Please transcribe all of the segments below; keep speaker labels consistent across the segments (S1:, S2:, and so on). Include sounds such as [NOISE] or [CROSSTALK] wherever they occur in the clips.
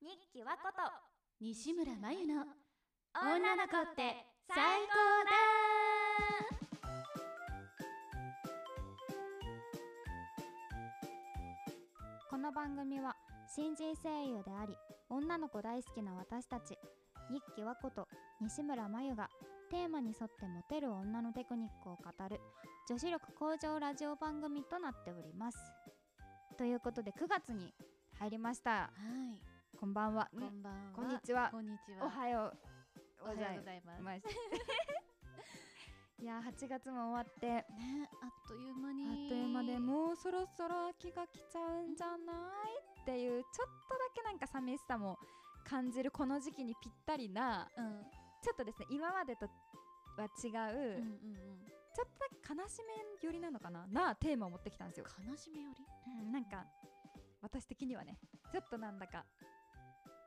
S1: 日記はこと
S2: 西村真由の
S1: 女
S2: 女
S1: の
S2: の
S1: 子っ
S2: 子ってて
S1: 最
S2: 最
S1: 高
S2: 高
S1: だ
S3: この番組は新人声優であり女の子大好きな私たち日記和子と西村真由がテーマに沿ってモテる女のテクニックを語る女子力向上ラジオ番組となっておりますということで9月に入りました
S2: はい
S3: こんばんは
S2: こんばんは
S3: こんにちは
S2: こんにちは
S3: おはよう
S2: おは
S3: ご
S2: よ
S3: ざ
S2: う
S3: い
S2: ございます
S3: ますいやー8月も終わって
S2: ねあっという間に
S3: あっという間でもうそろそろ秋が来ちゃうんじゃないっていうちょっとだけなんか寂しさも感じるこの時期にぴったりな
S2: うんうん
S3: ちょっとですね今までとは違う、
S2: うん
S3: ちょっとだけ悲しめ寄りなのかななテーマを持ってきたんですよ、
S2: うん悲しみより
S3: うんなんか私的にはねちょっとなんだか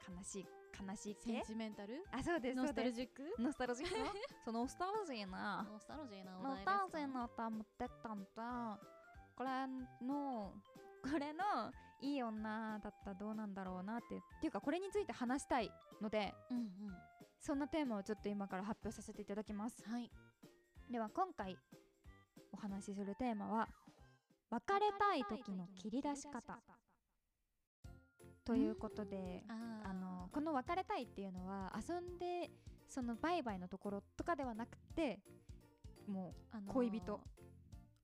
S3: 悲しい悲しい
S2: セ
S3: 系
S2: ンチメンタル
S3: あそうです
S2: ノ
S3: そ
S2: ス
S3: う
S2: タル
S3: です
S2: ジック
S3: ノスタルジックの [LAUGHS] そのノスタルジーな
S2: ノスタルジーなお
S3: ノ
S2: 題です
S3: ターゼンの歌持ってったんだこれの [LAUGHS] これのいい女だったらどうなんだろうなってっていうかこれについて話したいので
S2: うんうん
S3: そんなテーマをちょっと今から発表させていただきます
S2: はい
S3: では今回お話しするテーマは別れたい時の切り出し方ということで
S2: あー
S3: あのこの別れたいっていうのは遊んでそのバイバイのところとかではなくてもう
S2: あのー
S3: 恋人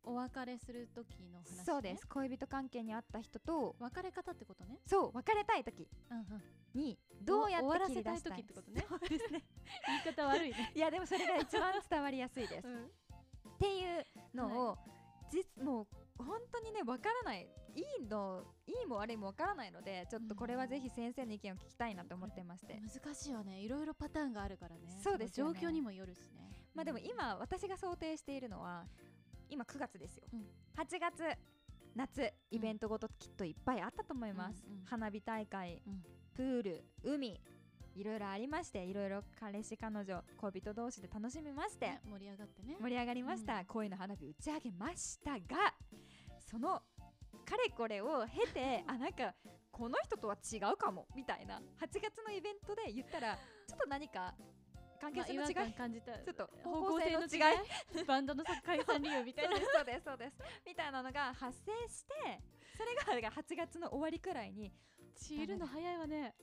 S2: お別れする時の話、ね、
S3: そうです恋人関係にあった人と
S2: 別れ方ってことね
S3: そう別れたい時
S2: うんうん
S3: にどうや
S2: 終わ
S3: っ
S2: ら
S3: て
S2: せ
S3: 切り
S2: た
S3: 出
S2: い
S3: した
S2: 時
S3: い
S2: ってことねそうですね [LAUGHS] 言い方悪い
S3: [LAUGHS]
S2: ね、。
S3: いやでもそれが一番伝わりやすいです
S2: ん、
S3: っていうのを、実もう本当にねわからないいいのいいも悪いもわからないのでちょっとこれはぜひ先生の意見を聞きたいなと思ってまして、
S2: 難しいよねいろいろパターンがあるからね
S3: そうですよね
S2: その状況にもよるしね
S3: まあでも、今私が想定しているのは今9月ですよ、
S2: うん
S3: 8月夏イベントごときっといっぱいあったと思います、
S2: うんうん
S3: 花火大会、
S2: うん
S3: プール海いろいろありましていろいろ彼氏彼女恋人同士で楽しみまして、
S2: ね盛り上がってね
S3: 盛り上がりました、
S2: うん
S3: 恋の花火打ち上げましたがそのかれこれを経
S2: [LAUGHS]
S3: てあなんかこの人とは違うかもみたいな8月のイベントで言ったらちょっと何か関係
S2: まあ
S3: 性
S2: 違
S3: の違
S2: 和
S3: い、
S2: 感感じた
S3: ちょっと
S2: 方向性の
S3: 方向性
S2: 違
S3: [LAUGHS]
S2: いバンドの解散理由みたいな
S3: そうですそうですそうですみたいなのが発生してそれがだから8月の終わりくらいに
S2: 散るの早いわね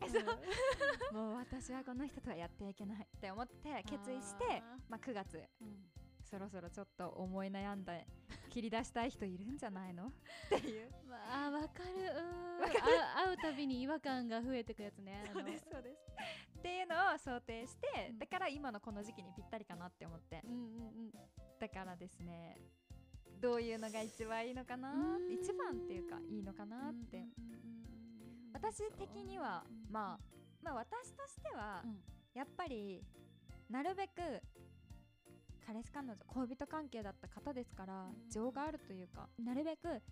S3: もう私はこの人とはやってはいけないって思って決意して
S2: あ
S3: まあ、9月
S2: うんうん
S3: そろそろちょっと思い悩んで切り出したい人いるんじゃないのっていう。
S2: まあわかるうーんあ会うたびに違和感が増えてくやつねあの
S3: そうですそうですっていうのを想定して、
S2: うん
S3: だから今のこの時期にぴったりかなって思って
S2: うんうんうん
S3: だからですねどういうのが一番いいのか
S2: う
S3: な
S2: ーん
S3: 一番っていうかいいのかなって、
S2: うんうんうんうん
S3: 私的には
S2: うん
S3: まあまあ私としては、
S2: うん
S3: やっぱりなるべく彼氏彼女恋人関係だった方ですから
S2: うん
S3: 情があるというかなるべく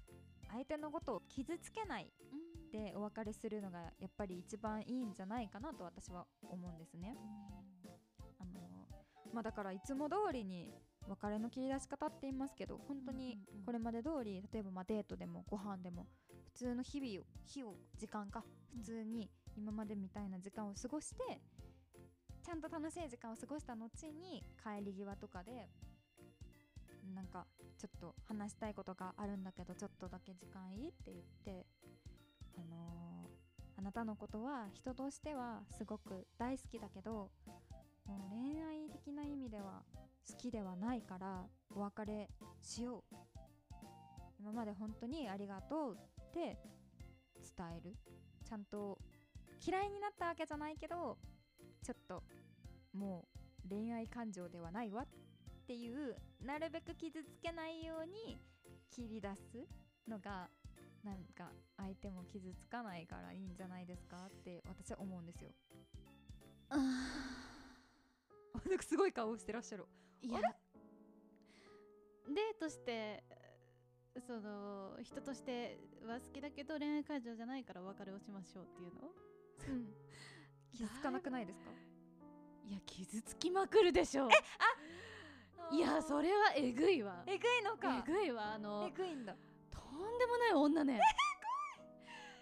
S3: 相手のことを傷つけない
S2: うん
S3: でお別れするのがやっぱり一番いいんじゃないかなと私は思うんですね。あのまあだからいつも通りに別れの切り出し方って言いますけど本当に
S2: うんうんうん
S3: これまで通り例えばまあデートでもご飯でも普通の日々を日を時間か普通に今までみたいな時間を過ごしてちゃんと楽しい時間を過ごした後に帰り際とかでなんかちょっと話したいことがあるんだけどちょっとだけ時間いいって言ってあのーあなたのことは人としてはすごく大好きだけどもう恋愛的な意味では好きではないからお別れしよう今まで本当にありがとうって伝えるちゃんと嫌いになったわけじゃないけどちょっともう恋愛感情ではないわっていうなるべく傷つけないように切り出すのがなんか相手も傷つかないからいいんじゃないですかって私は思うんですよ。 [LAUGHS] あなんかすごい顔をしてらっしゃる。
S2: いやデートしてその人としては好きだけど恋愛感情じゃないからお別れをしましょうっていうの
S3: うん [LAUGHS] 傷つかなくないですか
S2: いや傷つきまくるでしょいやそ
S3: れ
S2: れはえぐいわ
S3: えぐいのか
S2: えぐいわあ
S3: え
S2: の
S3: ぐいんだ
S2: とんでもない女ね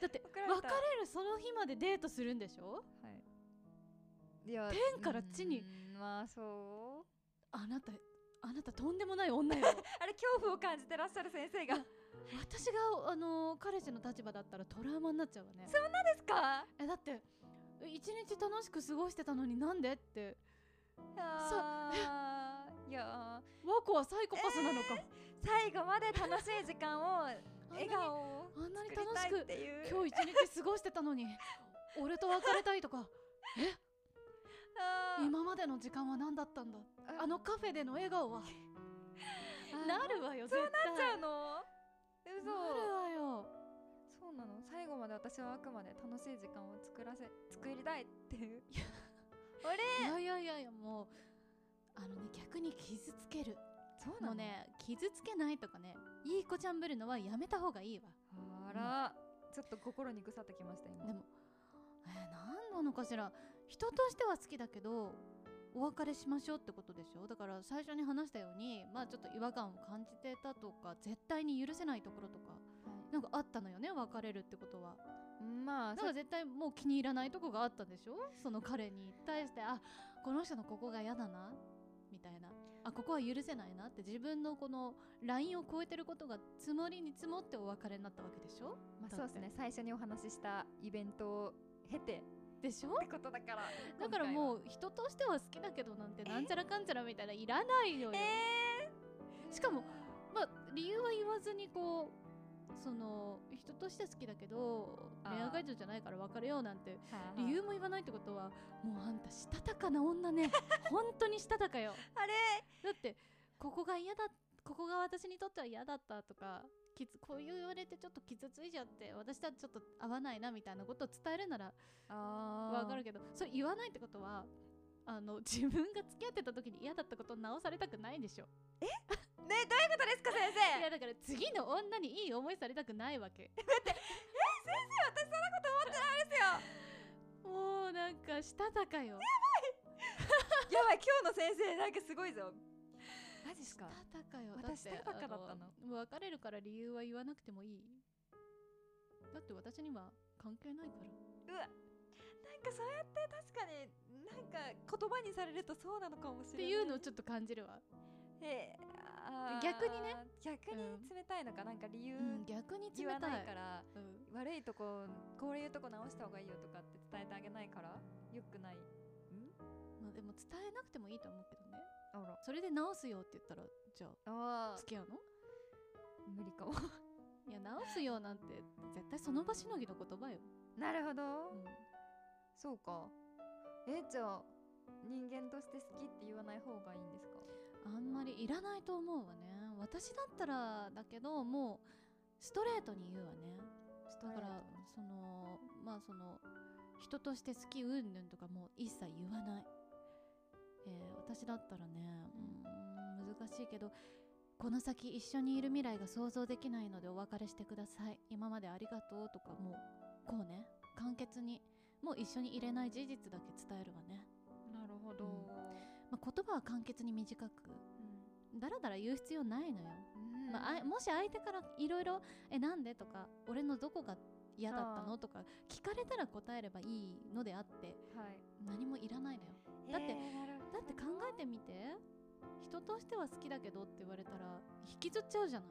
S2: だって
S3: 怒られ
S2: 別
S3: た
S2: れるその日までデートするんでしょ
S3: はいいや
S2: 天から地に
S3: うーんまあそう
S2: あなたあなたとんでもない女よ
S3: あれ恐怖を感じてらっしゃる先生がで
S2: [LAUGHS] 私があの彼氏の立場だったらトラウマになっちゃうわね
S3: すか
S2: えだってえ一日楽しく過ごしてたのになんでって
S3: あ [LAUGHS] ーいや
S2: 和子はサイコパスなのか、
S3: ー最後まで楽しい時間を笑顔を
S2: あんなに
S3: 作り
S2: 楽
S3: た
S2: し
S3: いっ
S2: く
S3: ていう
S2: 今日一日過ごしてたのに [LAUGHS] 俺と別れたいとか
S3: あー
S2: 今までの時間は何だったんだあのカフェでの笑顔は
S3: あー
S2: なるわよ絶対
S3: なっちゃうの嘘
S2: なるわよ
S3: そうなの最後まで私はあくまで楽しい時間を作らせ作りたいっていう
S2: いやいやいやいやもうあのね逆に傷つける
S3: そうな
S2: もう
S3: の
S2: ね傷つけないとかねいい子ちゃんぶるのはやめた方がいいわ
S3: あら、ちょっと心にぐさってきました今
S2: でもえー、何なのかしら人としては好きだけどお別れしましょうってことでしょだから最初に話したようにまあちょっと違和感を感じてたとか絶対に許せないところとか
S3: は
S2: なんかあったのよね別れるってことはい
S3: まあ
S2: だから絶対もう気に入らないとこがあったんでしょその彼に対してあこの人のここが嫌だなみたいなあここは許せないなって自分のこのラインを超えてることが積もりに積もってお別れになったわけでしょ
S3: まあ、
S2: だ
S3: そう
S2: っ
S3: で
S2: て
S3: すね最初にお話ししたイベントを経てっ
S2: でしょ
S3: てことだから
S2: だからも
S3: う
S2: う人としては好きだけどなんてなんちゃらかんちゃらみたいないらないよよ、しかもまあ理由は言わずにこうその人として好きだけど
S3: あー
S2: 恋愛会場じゃないから別れようなんて理
S3: 理由
S2: 由も言わないってことはもうあんたしたたかな女
S3: [LAUGHS]
S2: ね本当にしたたかよ
S3: あれ
S2: だってここが嫌だここが私にとっては嫌だったとかきつこう言われてちょっと傷ついちゃって私とはちょっと合わないなみたいなことを伝えるなら
S3: あ
S2: わかるけどそれ言わないってことはあの [LAUGHS] 自分が付き合ってた時に嫌だったことを直されたくないでしょ
S3: ねどういうことですか先
S2: い
S3: 生
S2: やだから次の女にいい思いされたくないわ
S3: [LAUGHS]
S2: けもうなんかしたたかよ
S3: です [LAUGHS] よやばい今日の先生なんかすごいぞマジっすか
S2: したたかよ
S3: 私
S2: って
S3: したたかだったの
S2: あの別れるから理由は言わなくてもいいだって私には関係ないから
S3: うわなんかそうやって確かになんか言葉にされるとそうなのかもし
S2: っ
S3: れな
S2: て
S3: い
S2: いうのをちょっと感じるわ、
S3: えーあー
S2: 逆にね
S3: 逆に
S2: うん
S3: 冷たいのか、なんか理由
S2: うん、逆に冷
S3: 言わ
S2: たい
S3: ないから、
S2: うん
S3: 悪いとここういうとこ直した方がいいよとかって伝えてあげないからよくないん
S2: まあ、でも伝えなくてもいいと思うけどね
S3: あら
S2: それで直すよって言ったらじゃ
S3: あ
S2: あ付き合うの
S3: 無理かも
S2: いや直すよなんて絶対その場しのぎの言葉よ、
S3: なるほど
S2: うん
S3: そうかえじゃあ人間として好きって言わない方がいいんですか
S2: あんまりいらないと思うわね私だったらだけどもうストレートに言うわね
S3: スト
S2: だ
S3: レー
S2: か
S3: ト
S2: らそのまあその人として好きうんぬんとかもう一切言わない、えー私だったらねうーん難しいけどこの先一緒にいる未来が想像できないのでお別れしてください今までありがとうとかもうこうね簡潔にもう一緒にいれない事実だけ伝えるわね、
S3: なるほど、
S2: うんまあ、言葉は簡潔に短くだらだら言う必要ないのよ
S3: うん
S2: まああい、もし相手からいろいろ「えなんで?」とか「俺のどこが嫌だった
S3: そ
S2: の?」とか聞かれたら答えればいいのであって
S3: はい
S2: 何もいらないのよだって
S3: えーなるほど
S2: だって考えてみて人としては好きだけどって言われたら引きずっちゃうじゃない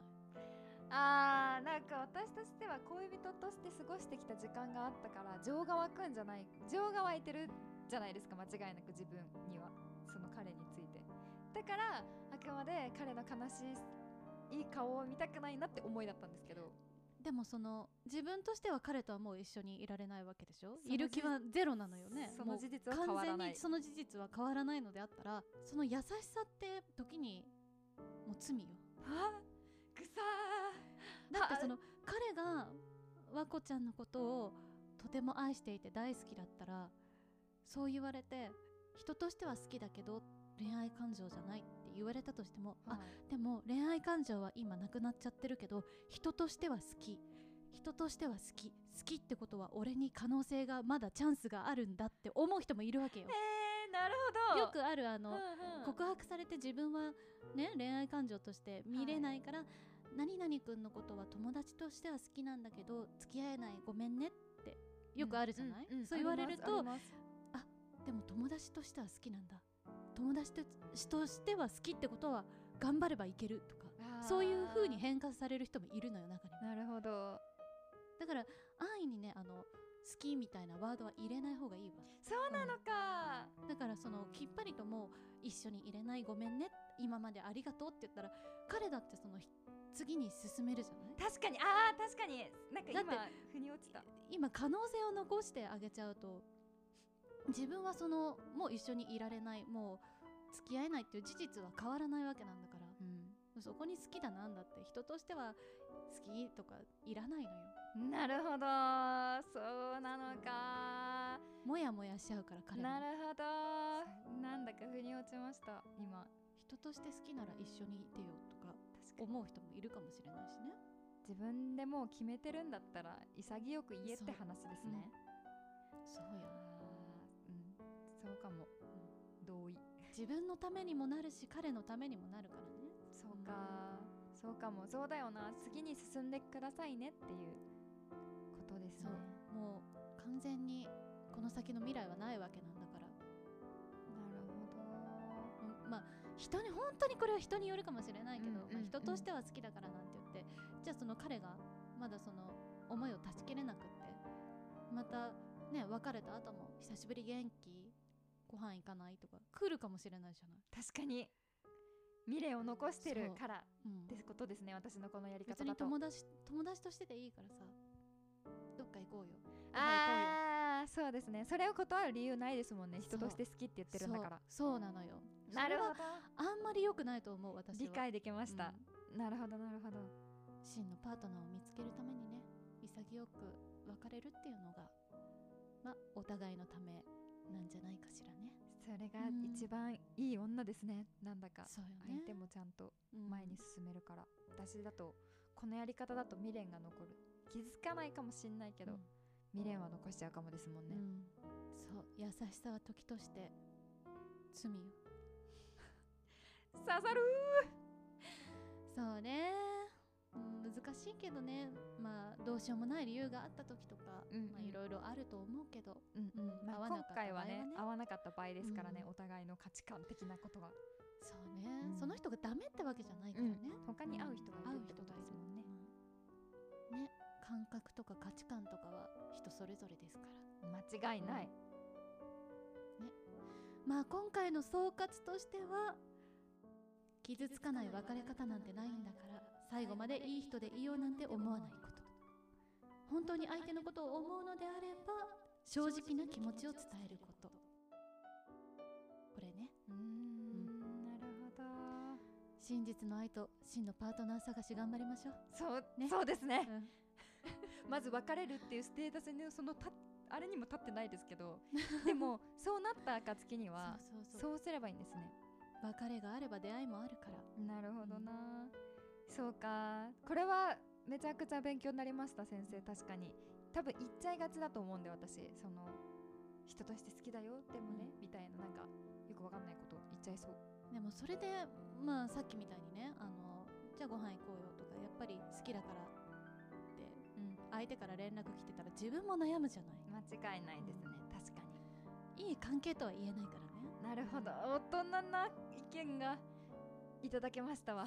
S3: あーなんか私としては恋人として過ごしてきた時間があったから情が湧くんじゃない情が湧いてるじゃないですか間違いなく自分にはその彼についてだからあくまで彼の悲しいいい顔を見たくないなって思いだったんですけど
S2: でもその自分としては彼とはもう一緒にいられないわけでしょ
S3: その
S2: いる気はゼロなのよね
S3: そ
S2: も
S3: の
S2: う
S3: 事実は変
S2: 完
S3: わら
S2: 全
S3: ない
S2: にその事実は変わらないのであったらその優しさって時にもう罪よ
S3: はあくさ
S2: だってその彼が和子ちゃんのことをとても愛していて大好きだったらそう言われて人としては好きだけど恋愛感情じゃないって言われたとしても、
S3: ー
S2: あでも恋愛感情は今なくなっちゃってるけど人としては好き人としては好き好きってことは俺に可能性がまだチャンスがあるんだって思う人もいるわけよ
S3: え。ー、なるほど
S2: よくあるあの、
S3: うんうん
S2: 告白されて自分はね恋愛感情として見れないから、何々くんのことは友達としては好きなんだけど付き合えないごめんねっよくあるじゃない、
S3: んん
S2: そう言われる
S3: あ
S2: と
S3: ります
S2: でも友達としては好きなんだ友達ととしては好きってことは頑張ればいけるとか
S3: あります
S2: そういう風に
S3: あ
S2: 変換される人もいるのよ中には
S3: ーなるほど
S2: だから安易にねあの好きみたいなワードは入れない方がいいわ
S3: そうなのか、
S2: だからそのきっぱりともう一緒に入れないごめんね今までありがとうって言ったら彼だってそのひ次に進めるじゃない
S3: 確かにあー確かになんか
S2: だ
S3: 今腑に落ちた
S2: 今可能性を残してあげちゃうと自分はそのもう一緒にいられないもう付き合えないっていう事実は変わらないわけなんだから、そこに好きだなんだって人としては好きとかいらないのよ
S3: なるほどそうなのか
S2: もやもやしちゃうから彼も
S3: なるほどなんだか腑に落ちました今
S2: 人として好きなら一緒にいてよとか
S3: 確かに
S2: 思う人もいるかもしれないしね
S3: 自分でもう決めてるんだったら潔く言えっ
S2: そ
S3: て
S2: う
S3: 話ですね、
S2: そう
S3: あ
S2: よ
S3: ーうんそうかも、同意
S2: 自分のためにもなるし彼のためにもなるからね
S3: そうか、そうかもそうだよな次に進んでくださいねっていうことですね
S2: そうもう完全にこの先の未来はないわけなんだから
S3: なるほ
S2: うんまあ人に本当にこれは人によるかもしれないけど、
S3: うんうん
S2: まあ
S3: うん
S2: 人としては好きだからなんて言ってじゃあその彼がまだその思いを断ち切れなくってまたね別れた後も久しぶり元気ご飯行かないとか来るかもしれないじゃない、
S3: ど確かに未練を残してる
S2: そう
S3: から
S2: うん
S3: ですことですね私のこのやり
S2: 別
S3: 方
S2: に
S3: だと
S2: 友達友達としてでいいからさどっか行こうよ
S3: ああそうですねそれを断る理由ないですもんね人
S2: そ
S3: と
S2: う
S3: して好きって言ってるんだから
S2: そうそうなのよ
S3: なるほど
S2: それはあんまり良くないと思う私は
S3: 理解できました、
S2: う
S3: なるほどなるほど
S2: ん真のパートナーを見つけるためにね潔く別れるっていうのがまあお互いのためなんじゃないかしらね
S3: それが
S2: うん
S3: 一番いい女ですねなんだか
S2: そうよね
S3: 相手もちゃんと前に進めるから、私だとこのやり方だと未練が残る気づかないかもしんないけど、
S2: うん
S3: 未練は残しちゃうかもですも
S2: う
S3: ん
S2: ん
S3: ね、
S2: そう優しさは時として罪よ
S3: 刺さる
S2: そうねうん難しいけどねまあどうしようもない理由があった時とか、
S3: うんうん
S2: まあ、いろいろあると思うけど
S3: うんうんまあ、
S2: 合わなか
S3: 今
S2: った場合
S3: 回
S2: は
S3: は
S2: ね
S3: ね合わなかった場合ですからね、
S2: うん
S3: お互いの価値観的なことは、
S2: そうね、
S3: うん
S2: その人がダメってわけじゃないからね、
S3: 他に会う人がい
S2: 会
S3: る
S2: う
S3: って
S2: 人
S3: こと
S2: がい
S3: で
S2: る
S3: すもんね、
S2: ね感覚とか価値観とかは人それぞれですから
S3: 間違いない、
S2: まあ今回の総括としては傷つかない別れ方なんてないんだから最後までいい人でいようなんて思わないこと本当に相手のことを思うのであれば正直な気持ちを伝えることこれね
S3: うーんなるほど
S2: 真実の愛と真のパートナー探し頑張りましょう
S3: そう、
S2: ね
S3: そうですね、
S2: うん
S3: まず別れるっていうステータスのそのたあれにも立ってないですけど
S2: [LAUGHS]
S3: でもそうなった暁には
S2: そうそうそう
S3: そうすればいいんですね
S2: 別れがあれば出会いもあるから
S3: なるほどな、そうかこれはめちゃくちゃ勉強になりました先生確かに多分言っちゃいがちだと思うんで私その人として好きだよでもね、みたいななんかよくわかんないこと言っちゃいそう
S2: でもそれでまあさっきみたいにねあのじゃあご飯行こうよとかやっぱり好きだからって、相手から連絡来てたら自分も悩むじゃない
S3: 間違いないですね確かに
S2: いい関係とは言えないからね
S3: なるほど大人な意見がいただけましたわ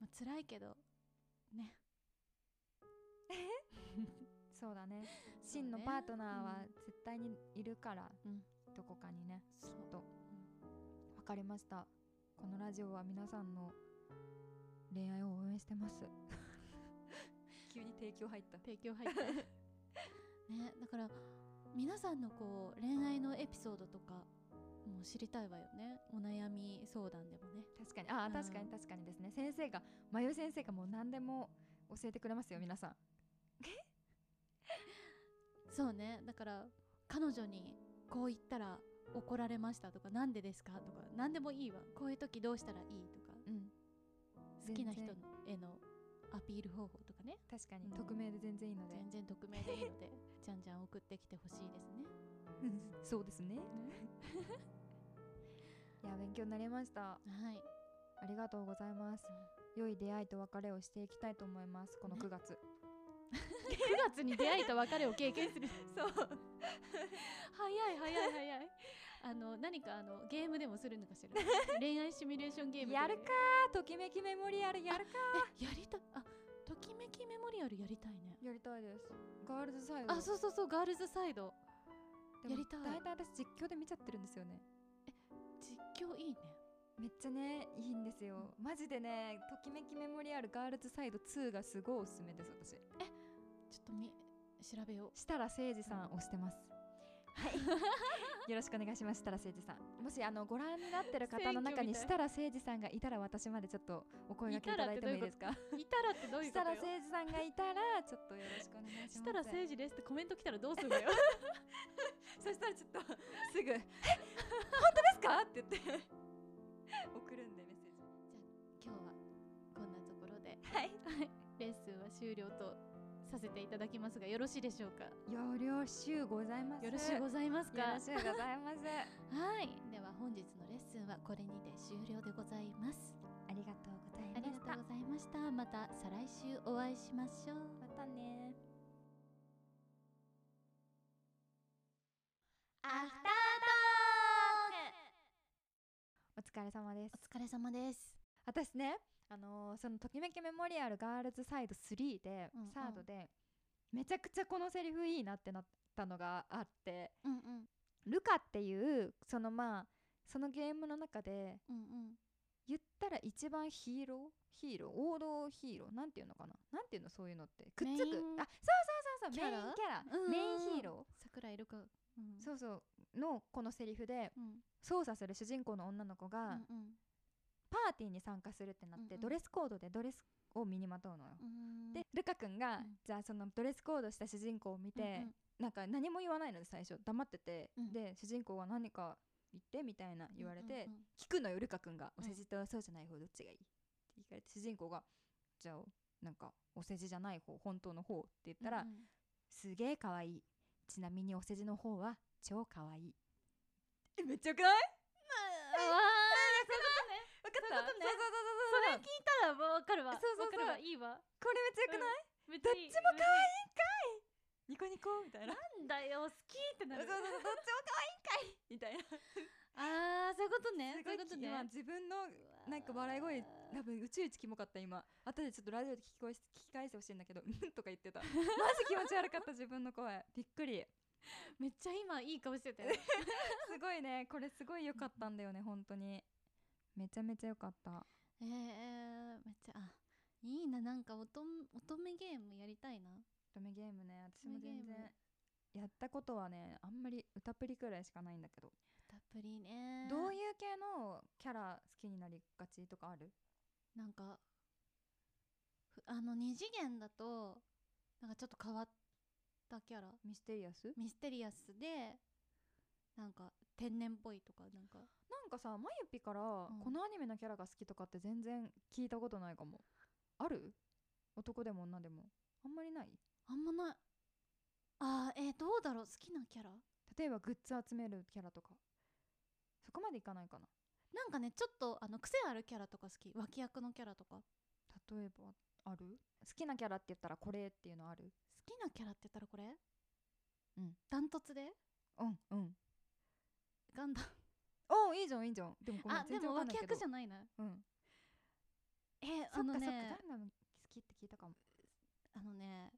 S2: まあ辛いけどね
S3: そうだね真のパートナーは絶対にいるから、
S2: うん
S3: どこかにね
S2: そう
S3: とわかりましたこのラジオは皆さんの恋愛を応援してます [LAUGHS] 急に提供入った
S2: 提供入って [LAUGHS] ねだから皆さんのこう恋愛のエピソードとかもう知りたいわよねお悩み相談でもね
S3: 確かにああ、
S2: うん
S3: 確かに確かにですね先生がまゆ先生がもう何でも教えてくれますよ皆さん
S2: そうねだから彼女にこう言ったら怒られましたとかなんでですかとか何でもいいわこういう時どうしたらいいとか
S3: うん
S2: 好きな人
S3: 全然
S2: へのアピール方法とかね
S3: 確かに、
S2: うん
S3: 匿名で全然いいので
S2: 全然匿名でいい [LAUGHS] のでじゃんじゃん送ってきてほしいですね
S3: そうですね [LAUGHS] いや勉強になりました
S2: はい
S3: ありがとうございます良い出会いと別れをしていきたいと思いますこの
S2: ね
S3: 9月、
S2: 9月に出会いと別れを経験する
S3: そう
S2: 早い早い早いあの何かあのゲームでもするのかしら恋愛シミュレーションゲームという
S3: やるかときめきメモリアルやるか
S2: えやりたあときめきメモリアルやりたいね
S3: やりたいですガールズサイド
S2: あそうそうそうガールズサイド
S3: で
S2: や
S3: も
S2: りたい
S3: 大体私実況で見ちゃってるんですよね
S2: 実況いいね
S3: めっちゃねいいんですよマジでねときめきメモリアルガールズサイド2がすごいおすすめです私
S2: ちょっとみ調べよう
S3: 設楽誠二さん押してますはい [LAUGHS] よろしくお願いします設楽誠二さんもしあのご覧になってる方の中に
S2: 選挙みたい
S3: 設楽誠二さんがいたら私までちょっとお声掛けいただいてもいいですか
S2: [LAUGHS] いたらってどういう
S3: 設
S2: こと
S3: 楽
S2: よ
S3: 誠二さんがいたらちょっとよろしくお願いします
S2: したら政治ですってコメント来たらどうするん [LAUGHS] だよ
S3: そしたらちょっとすぐ「え本当ですか?」って言って送るんでメッセージ
S2: 今日はこんなところで
S3: はい
S2: レッスンは終了とさせていただきますがよろしいでしょうか
S3: 要領集ございます
S2: よろしゅうございますか
S3: よろしゅうございますあ
S2: はいでは本日のレッスンはこれにて終了でございます
S3: りがとうござい
S2: ありがとうございましたまた再来週お会いしましょう
S3: またね
S1: アフタートーク
S3: お疲れ様です
S2: お疲れ様です
S3: 私ねあのーその「ときめきメモリアルガールズサイド3で」
S2: うんうん
S3: サードでめちゃくちゃこのセリフいいなってなったのがあって
S2: うんうん
S3: ルカっていうそのまあそのゲームの中で
S2: うんうん
S3: 言ったら一番ヒーローヒーロー王道ヒーローなんていうのかななんていうのそういうのってくっ
S2: メ
S3: つくあそ
S2: イン
S3: うそうそうそう
S2: キ
S3: メ
S2: ャ
S3: イン
S2: ラ
S3: キャラ、
S2: うんうんうん
S3: メインヒーロ
S2: 桜色かうん
S3: ーそうそうのこのセリフで
S2: うん
S3: 操作する主人公の女の子
S2: うん
S3: が
S2: うん
S3: パーティーに参加するってなって、
S2: うんうん
S3: ドレスコードでドレスを身にまとうのよ、
S2: うん
S3: でルカ君が、
S2: うん
S3: じゃあそのドレスコードした主人公を見て、
S2: うん
S3: なんか何も言わないので最初黙ってて、
S2: うん
S3: で主人公が何か言ってみたいな言われて、
S2: うんうん
S3: 聞くのよルカ君が、
S2: うん
S3: お世辞とそうじゃない方どっちがいいって聞かれて主人公がじゃあなんかお世辞じゃない方本当の方って言ったら、
S2: うんうん
S3: すげえ可愛いちなみにお世辞の方は超可愛いえめっちゃくないわかった
S2: そういうことね
S3: そうそうそうそうそ
S2: た
S3: う
S2: らわかるわわ
S3: そうそうそう
S2: かるわいいわ
S3: これめっちゃ
S2: めっ
S3: よくない、どっ
S2: いい
S3: ちも可愛いんかいニコニコみたいな
S2: なんだよ好きってな
S3: そ
S2: る
S3: うそうそうどっちも可愛いんかいみたいな
S2: あーそういうことね
S3: す
S2: そ
S3: ご
S2: うい
S3: い
S2: こ
S3: う
S2: とね
S3: 今自分のなんか笑い声多分宇宙一キモかった今後でちょっとラジオで聞きこえ聞き返してほしいんだけど [LAUGHS] うんとか言ってたマジ気持ち悪かった自分の声びっくり
S2: めっちゃ今いい顔してたよ
S3: すごいねこれすごい良かったんだよね本当にめちゃめちゃ良かった
S2: [LAUGHS] えー、めっちゃあいいななんか乙女乙女ゲームやりたいな
S3: 乙女ゲームね私も
S2: 乙女ゲーム
S3: 全然やったことはねあんまり歌プリくらいしかないんだけど
S2: たっぷりね
S3: どういう系のキャラ好きになりがちとかある
S2: なんかふあの二次元だとなんかちょっと変わったキャラ
S3: ミステリアス
S2: ミステリアスでなんか天然っぽいとかなんか
S3: なんかさまゆぴから、
S2: ん
S3: このアニメのキャラが好きとかって全然聞いたことないかもある男でも女でもあんまりない
S2: あんまないあーえー、どうだろう好きなキャラ
S3: 例えばグッズ集めるキャラとかそこまでいかないかな
S2: なんかねちょっとあの癖あるキャラとか好き脇役のキャラとか好
S3: 例えばある好きなキャラって言ったらこれっていうのある
S2: きなキャラって言ったらこれ
S3: うん
S2: ダントツで
S3: うんうん
S2: ガンダム
S3: おおいいじゃんいいじゃんでもごめん
S2: あで
S3: 全然
S2: も
S3: わかんな
S2: 脇
S3: いけど
S2: 役じゃないな
S3: うん
S2: え
S3: そ
S2: あ
S3: っ
S2: の
S3: かそっか
S2: ね
S3: ガンダム好きって聞いたかも
S2: あのね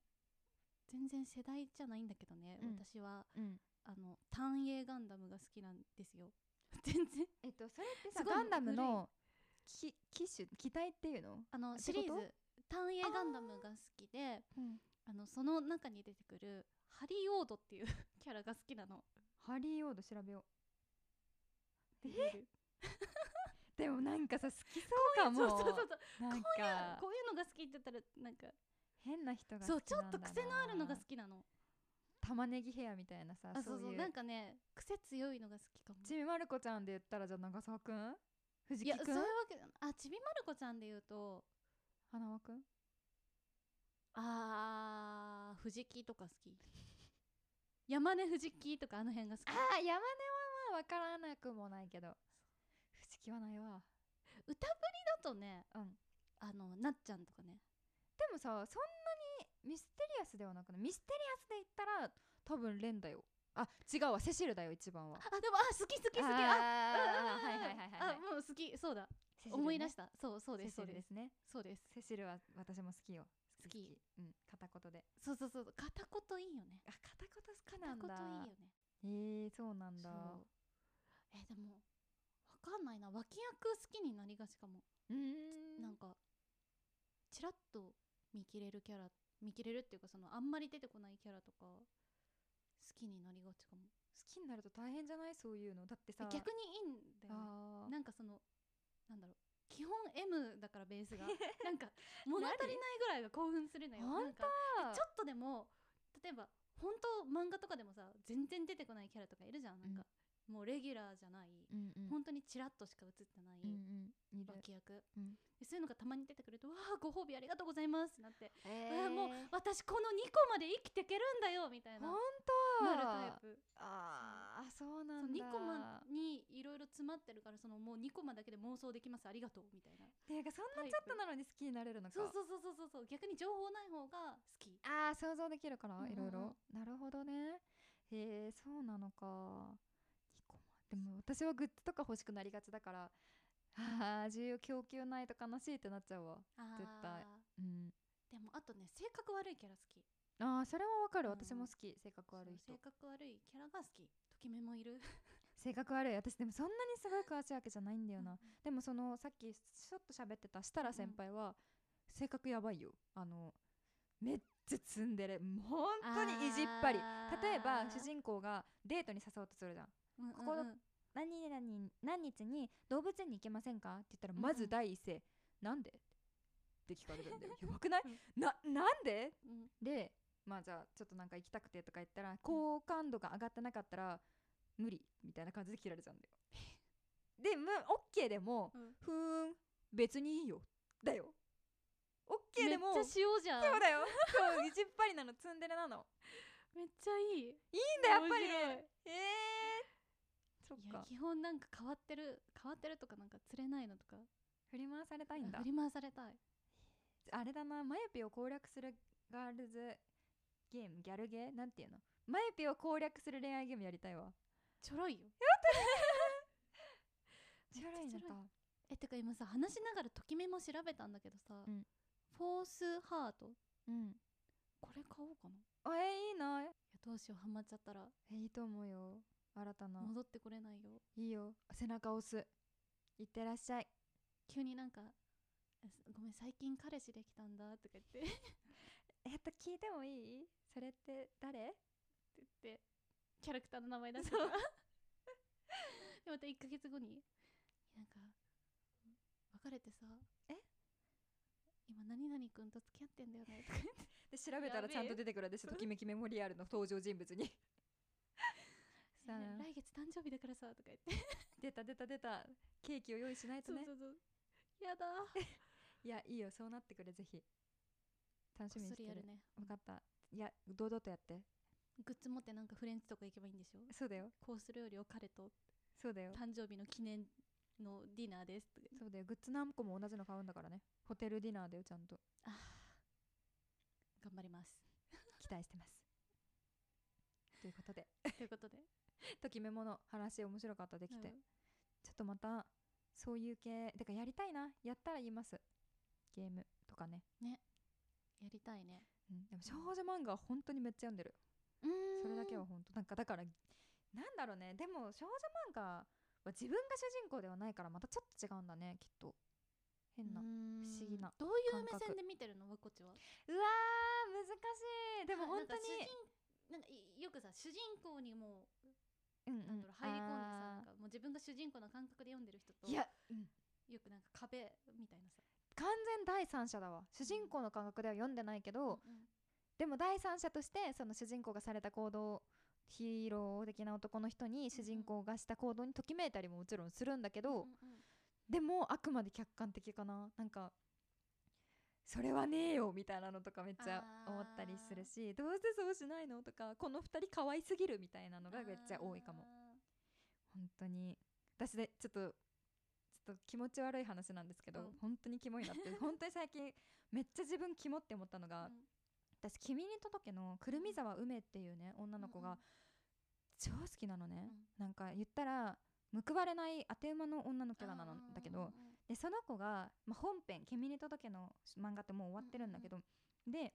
S2: 全然世代じゃないんだけどね、
S3: うん
S2: 私は
S3: うん
S2: あの単影ガンダムが好きなんですよ [LAUGHS] 全然
S3: えっとそれってさ
S2: すごい
S3: ガンダムのき機種機体っていうの
S2: あの
S3: って
S2: シ
S3: こ
S2: リ
S3: と
S2: ーズ単影ガンダムが好きであのその中に出てくるハリー・オードっていう [LAUGHS] キャラが好きなの
S3: ハリー・オード調べよう
S2: [LAUGHS] え
S3: でもなんかさ好きそうかも
S2: そうそうそうそう
S3: なんか
S2: こういうのが好きって言ったらなんか
S3: 変な人が好きな
S2: そ
S3: んだな
S2: うちょっと癖のあるのが好きなの
S3: 玉ねぎヘアみたいなさ
S2: あ
S3: そ
S2: そううそう
S3: いう
S2: なんかね癖強いのが好きかも
S3: ちびまる子ちゃんで言ったらじゃあ長澤くん藤
S2: い
S3: 木
S2: や
S3: く
S2: そうい
S3: ん
S2: うわけじゃないあちびまる子ちゃんで言うと
S3: 花輪くん
S2: あー藤木とか好き山根藤木とかあの辺が好き
S3: ああ山根はまあわからなくもないけど藤木はないわ
S2: 歌ぶりだとね
S3: うん
S2: あのなっちゃんとかね
S3: でもさそんなにミステリアスではなくないミステリアスで言ったら多分レンだよあ違うわセシルだよ一番は
S2: あでもあ好き好き好き
S3: あー
S2: あうんうんうん
S3: はいはいはいはいはい
S2: あもう好きそうだ
S3: セシルね
S2: 思い出したそうそうですそ
S3: セ
S2: う
S3: シ
S2: で
S3: ルですすね
S2: そうです
S3: セシルは私も好きよ
S2: 好き
S3: うん片言で
S2: そうそうそう片言いいよね
S3: あ片言好き
S2: 片言いいよね
S3: えー、そうなん
S2: そ
S3: だ
S2: うえでもわかんないな脇役好きになりがちかも
S3: うーん
S2: なんかチラッと見切れるキャラ見切れるっていうかそのあんまり出てこないキャラとか好きになりがちかも
S3: 好きになると大変じゃないそういうのだってさ
S2: 逆にいいんだよね
S3: あー
S2: なんかそのなんだろう基本 M だからベー
S3: [LAUGHS]
S2: スがなんか物足りないぐらいが興奮するのよ
S3: 本当
S2: なんかでちょっとでも例えば本当漫画とかでもさ全然出てこないキャラとかいるじゃんなんか、もうレギュラーじゃない、
S3: うんうん
S2: 本当にチラッとしか映ってない
S3: うんうんいる
S2: 脇役、
S3: うん
S2: でそういうのがたまに出てくると「わあご褒美ありがとうございます」ってなって
S3: え
S2: 「あーもう私この2個まで生きていけるんだよ」みたいな
S3: 本
S2: な
S3: 当
S2: るタイプ
S3: あーそうな
S2: そうん
S3: だ
S2: 2個まにいろいろ詰まってるからそのもう2個まだけで妄想できますありがとうみたいな
S3: ていうかそんなちょっとなのに好きになれるのか
S2: そうそうそうそうそうそう逆に情報ない方が好き
S3: ああ想像できるから
S2: うんうんうん
S3: いろいろなるほどねへえそうなのか二個もでも私はグッズとか欲しくなりがちだからああ需要供給ないと悲しいってなっちゃうわ絶対
S2: あ
S3: うん
S2: ーでもあとね性格悪いキャラ好き
S3: あーそれはわかる
S2: うんうん
S3: 私も好き性格悪い
S2: そう性
S3: 人
S2: 格悪いキャラが好きときめもいる
S3: 性格悪い私でもそんなにすごい詳しいわけじゃないんだよ
S2: [LAUGHS]
S3: なでもそのさっきちょっと喋ってた設楽先輩は性格やばいよあのめっちゃツンデレもう本当に意地っぱり
S2: あー
S3: 例えば主人公がデートに誘おうとするじゃん
S2: うんうんうん
S3: ここの何々何日に動物園に行けませんかって言ったら
S2: うん
S3: まず第一声、なんでって聞かれるん [LAUGHS] だよやばくない、ななんで
S2: うん
S3: でまあじゃあちょっとなんか行きたくてとか言ったら好感度が上がってなかったら無理みたいな感じで切られちゃうんだよでむ OK でも
S2: うん
S3: ふーん別にいいよだよ OK でも
S2: め
S3: そ
S2: っちゃ塩じゃん
S3: うだよそう意地っぱりなのツンデレなの
S2: めっちゃいいいいん
S3: だやっぱり
S2: ね
S3: えー、そっ
S2: いや
S3: か
S2: 基本なんか変わってる変わってるとかなんか釣れないのとか
S3: 振り回されたいんだ
S2: 振り回されたい
S3: あれだなマユピを攻略するガールズゲームギャルゲーなんていうのマユピを攻略する恋愛ゲームやりたいわ
S2: ちょろいよめっちゃチャラ
S3: チャラいのか
S2: えてか今さ話しながらときめも調べたんだけどさ、
S3: うん
S2: フォースハート
S3: うん
S2: これ買おうかない
S3: あえーいいな
S2: やどうしようハマっちゃったら
S3: えいいと思うよ新たな
S2: 戻ってこれないよ
S3: いいよ背中押すいってらっしゃい
S2: 急になんかえすごめん最近彼氏できたんだとか言って [LAUGHS]
S3: えっと聞いてもいいそれって誰
S2: 言ってキャラクターの名前出してたで [LAUGHS] また1ヶ月後になんか別れてさ
S3: え
S2: 今何々くんと付き合ってんだよねとか言って
S3: で調べたらちゃんと出てくるでしょときめきメモリアルの登場人物 [LAUGHS] にさ
S2: え
S3: あ
S2: 来月誕生日だからさとか言って
S3: 出た出た出たケーキを用意しない
S2: そ
S3: と
S2: う
S3: ね
S2: そうそうやだー
S3: いやいいよそうなってくれぜひ楽し
S2: こ
S3: み
S2: っ
S3: にし
S2: そ
S3: て
S2: り
S3: る
S2: やるね
S3: 分かったいや堂々とやって
S2: グッズ持ってなんかフレンチとか行けばいいんでしょ
S3: そうだよ
S2: こうするよりお彼と
S3: そうだよ
S2: 誕生日の記念のディナーですとか言って
S3: そうだよグッズ何個も同じの買うんだからねホテルディナーだよちゃんと
S2: あー頑張り
S3: [LAUGHS]
S2: ます
S3: 期待してます [LAUGHS] ということで
S2: ということで
S3: ときめもの話面白かったできて、
S2: うん
S3: ちょっとまたそういう系てかやりたいなやったら言いますゲームとかね、
S2: やりたいね
S3: うん、でも少女漫画は本当にめっちゃ読んでるそれだけは本当なんかだからなんだろうねでも少女漫画は自分が主人公ではないからまたちょっと違うんだねきっと変な
S2: うーん
S3: 不思議な
S2: どういう目
S3: 感
S2: 線
S3: 覚
S2: で見てるのわこっちは
S3: うわー難しいでも本当に
S2: なんか主人なんかいよくさ主人公にも
S3: うん
S2: うなんだろう入り込んでさなん
S3: あ
S2: かもう自分が主人公の感覚で読んでる人と
S3: ーいや、うん
S2: よくなんか壁みたいなさ
S3: 完全第三者だわ主人公の感覚では読んでないけど、
S2: うんうん
S3: でも第三者としてその主人公がされた行動ヒーロー的な男の人に主人公がした行動にときめいたりももちろんするんだけど、
S2: うんうん
S3: でもあくまで客観的かななんかそれはねえよみたいなのとかめっちゃ
S2: あー
S3: 思ったりするしどうしてそうしないのとかこの2人可愛すぎるみたいなのがめっちゃ多いかも本当に私でちょっとちょっと気持ち悪い話なんですけど、
S2: うん [LAUGHS]
S3: 本当にキモいなって本当に最近めっちゃ自分キモって思ったの
S2: あー
S3: が、
S2: うん
S3: 私「君に届け」のくるみ沢梅っていうね女の子が超好きなのね、なんか言ったら報われない当て馬の女の子なのだけど、でその子が、まあ、本編「君に届け」の漫画ってもう終わってるんだけど、で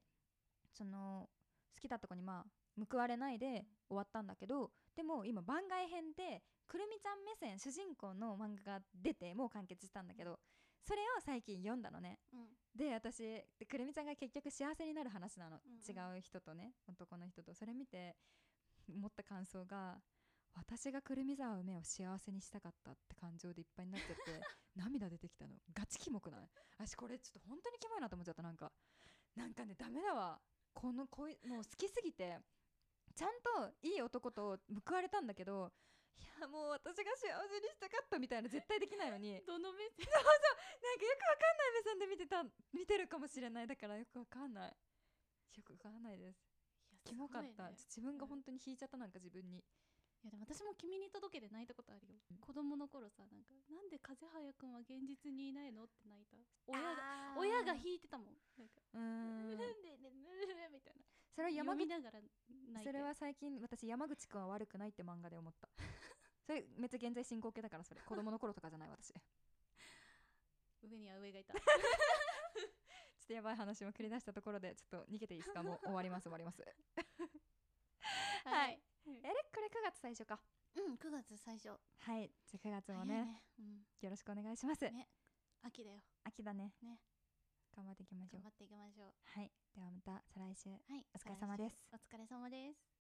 S3: その好きだった子にまあ報われないで終わったんだけどでも今番外編でくるみちゃん目線主人公の漫画が出てもう完結したんだけどそれを最近読んだのね
S1: うんうん
S3: で私でくるみちゃんが結局幸せになる話なの、
S1: うんうん
S3: 違う人とね男の人とそれ見て思った感想が私がくるみ沢梅を幸せにしたかったって感情でいっぱいになっちゃって
S1: [LAUGHS]
S3: 涙出てきたのガチキモくない私これちょっと本当にキモいなと思っちゃったなんかなんかねダメだわこの恋もう好きすぎてちゃんといい男と報われたんだけどいやもう私が幸せにしたかったみたいな絶対できないのに
S2: どの目線
S3: なんかよくわかんない目線で見てた見てるかもしれないだからよくわかんないよくわかんないですキモかった、
S2: い
S3: ちょ自分が本当に引いちゃったなんか自分に
S2: やでも私も君に届けで泣いたことあるよ子供の頃さなんかなんで風早くんは現実にいないのって泣いた親が親が引いてたもんなんか
S3: うー
S2: なん [LAUGHS]
S3: ん
S2: でねねみたいな
S3: それは
S2: 読
S3: 山
S2: み
S3: 口
S2: ながら泣いて
S3: それは最近私山口くんは悪くないって漫画で思った [LAUGHS] それめっちゃ現在進行形だからそれ子供の頃とかじゃない私ちょっ
S2: 上には上がいた
S3: とやばい話も繰り出したところでちょっと逃げていいですかもう終わります終わりますはい、えれこれ9月最初か
S2: うん9月最初
S3: はいじゃあ9月
S2: 早
S3: も
S2: い
S3: ね
S2: うん
S3: よろしくお願いします、
S2: ね秋だよ
S3: 秋だね
S2: ね
S3: 頑張っていきましょう
S2: 頑張っていきましょう
S3: はい、ではまた再来週
S2: はい
S3: お疲れ様です
S2: お疲れ様です